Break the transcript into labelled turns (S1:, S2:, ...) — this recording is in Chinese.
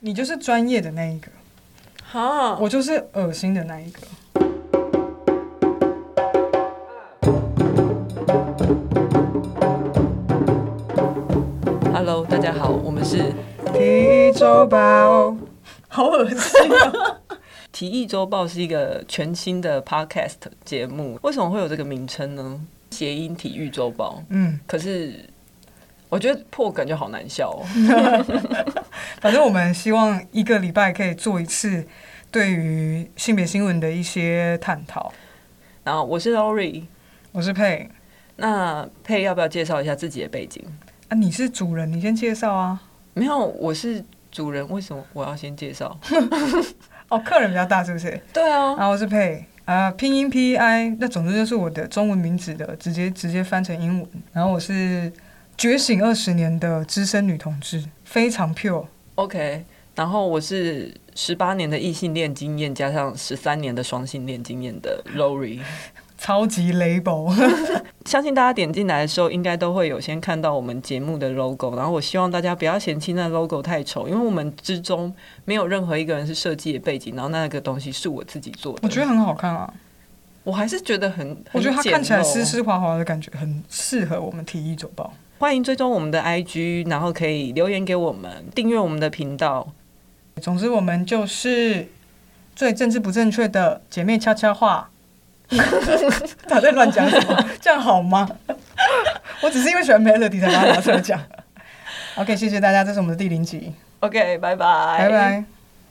S1: 你就是专业的那一个，
S2: 哈，
S1: 我就是恶心的那一个。
S2: Hello，大家好，我们是
S1: 提周包， 好恶心啊！
S2: 提议周报，是一个全新的 podcast 节目。为什么会有这个名称呢？谐音体育周报，
S1: 嗯，
S2: 可是我觉得破梗就好难笑哦。
S1: 反正我们希望一个礼拜可以做一次对于性别新闻的一些探讨。
S2: 然后我是 Lori，
S1: 我是佩，
S2: 那佩要不要介绍一下自己的背景？
S1: 啊，你是主人，你先介绍啊。
S2: 没有，我是主人，为什么我要先介绍？
S1: 哦，客人比较大是不是？
S2: 对啊，
S1: 啊，我是佩。啊、拼音 P I，那总之就是我的中文名字的，直接直接翻成英文。然后我是觉醒二十年的资深女同志，非常 pure。
S2: OK，然后我是十八年的异性恋经验，加上十三年的双性恋经验的 Lori。
S1: 超级雷宝，
S2: 相信大家点进来的时候，应该都会有先看到我们节目的 logo。然后我希望大家不要嫌弃那 logo 太丑，因为我们之中没有任何一个人是设计的背景，然后那个东西是我自己做的。
S1: 我觉得很好看啊！
S2: 我还是觉得很，很
S1: 我觉得它看起来
S2: 简陋
S1: 湿湿滑滑的感觉，很适合我们提议走报。
S2: 欢迎追踪我们的 IG，然后可以留言给我们，订阅我们的频道。
S1: 总之，我们就是最政治不正确的姐妹悄悄 话。他在乱讲什么？这样好吗？我只是因为喜欢 Melody 才把它拿出来讲。OK，谢谢大家，这是我们的第零集，
S2: OK，拜拜，
S1: 拜拜。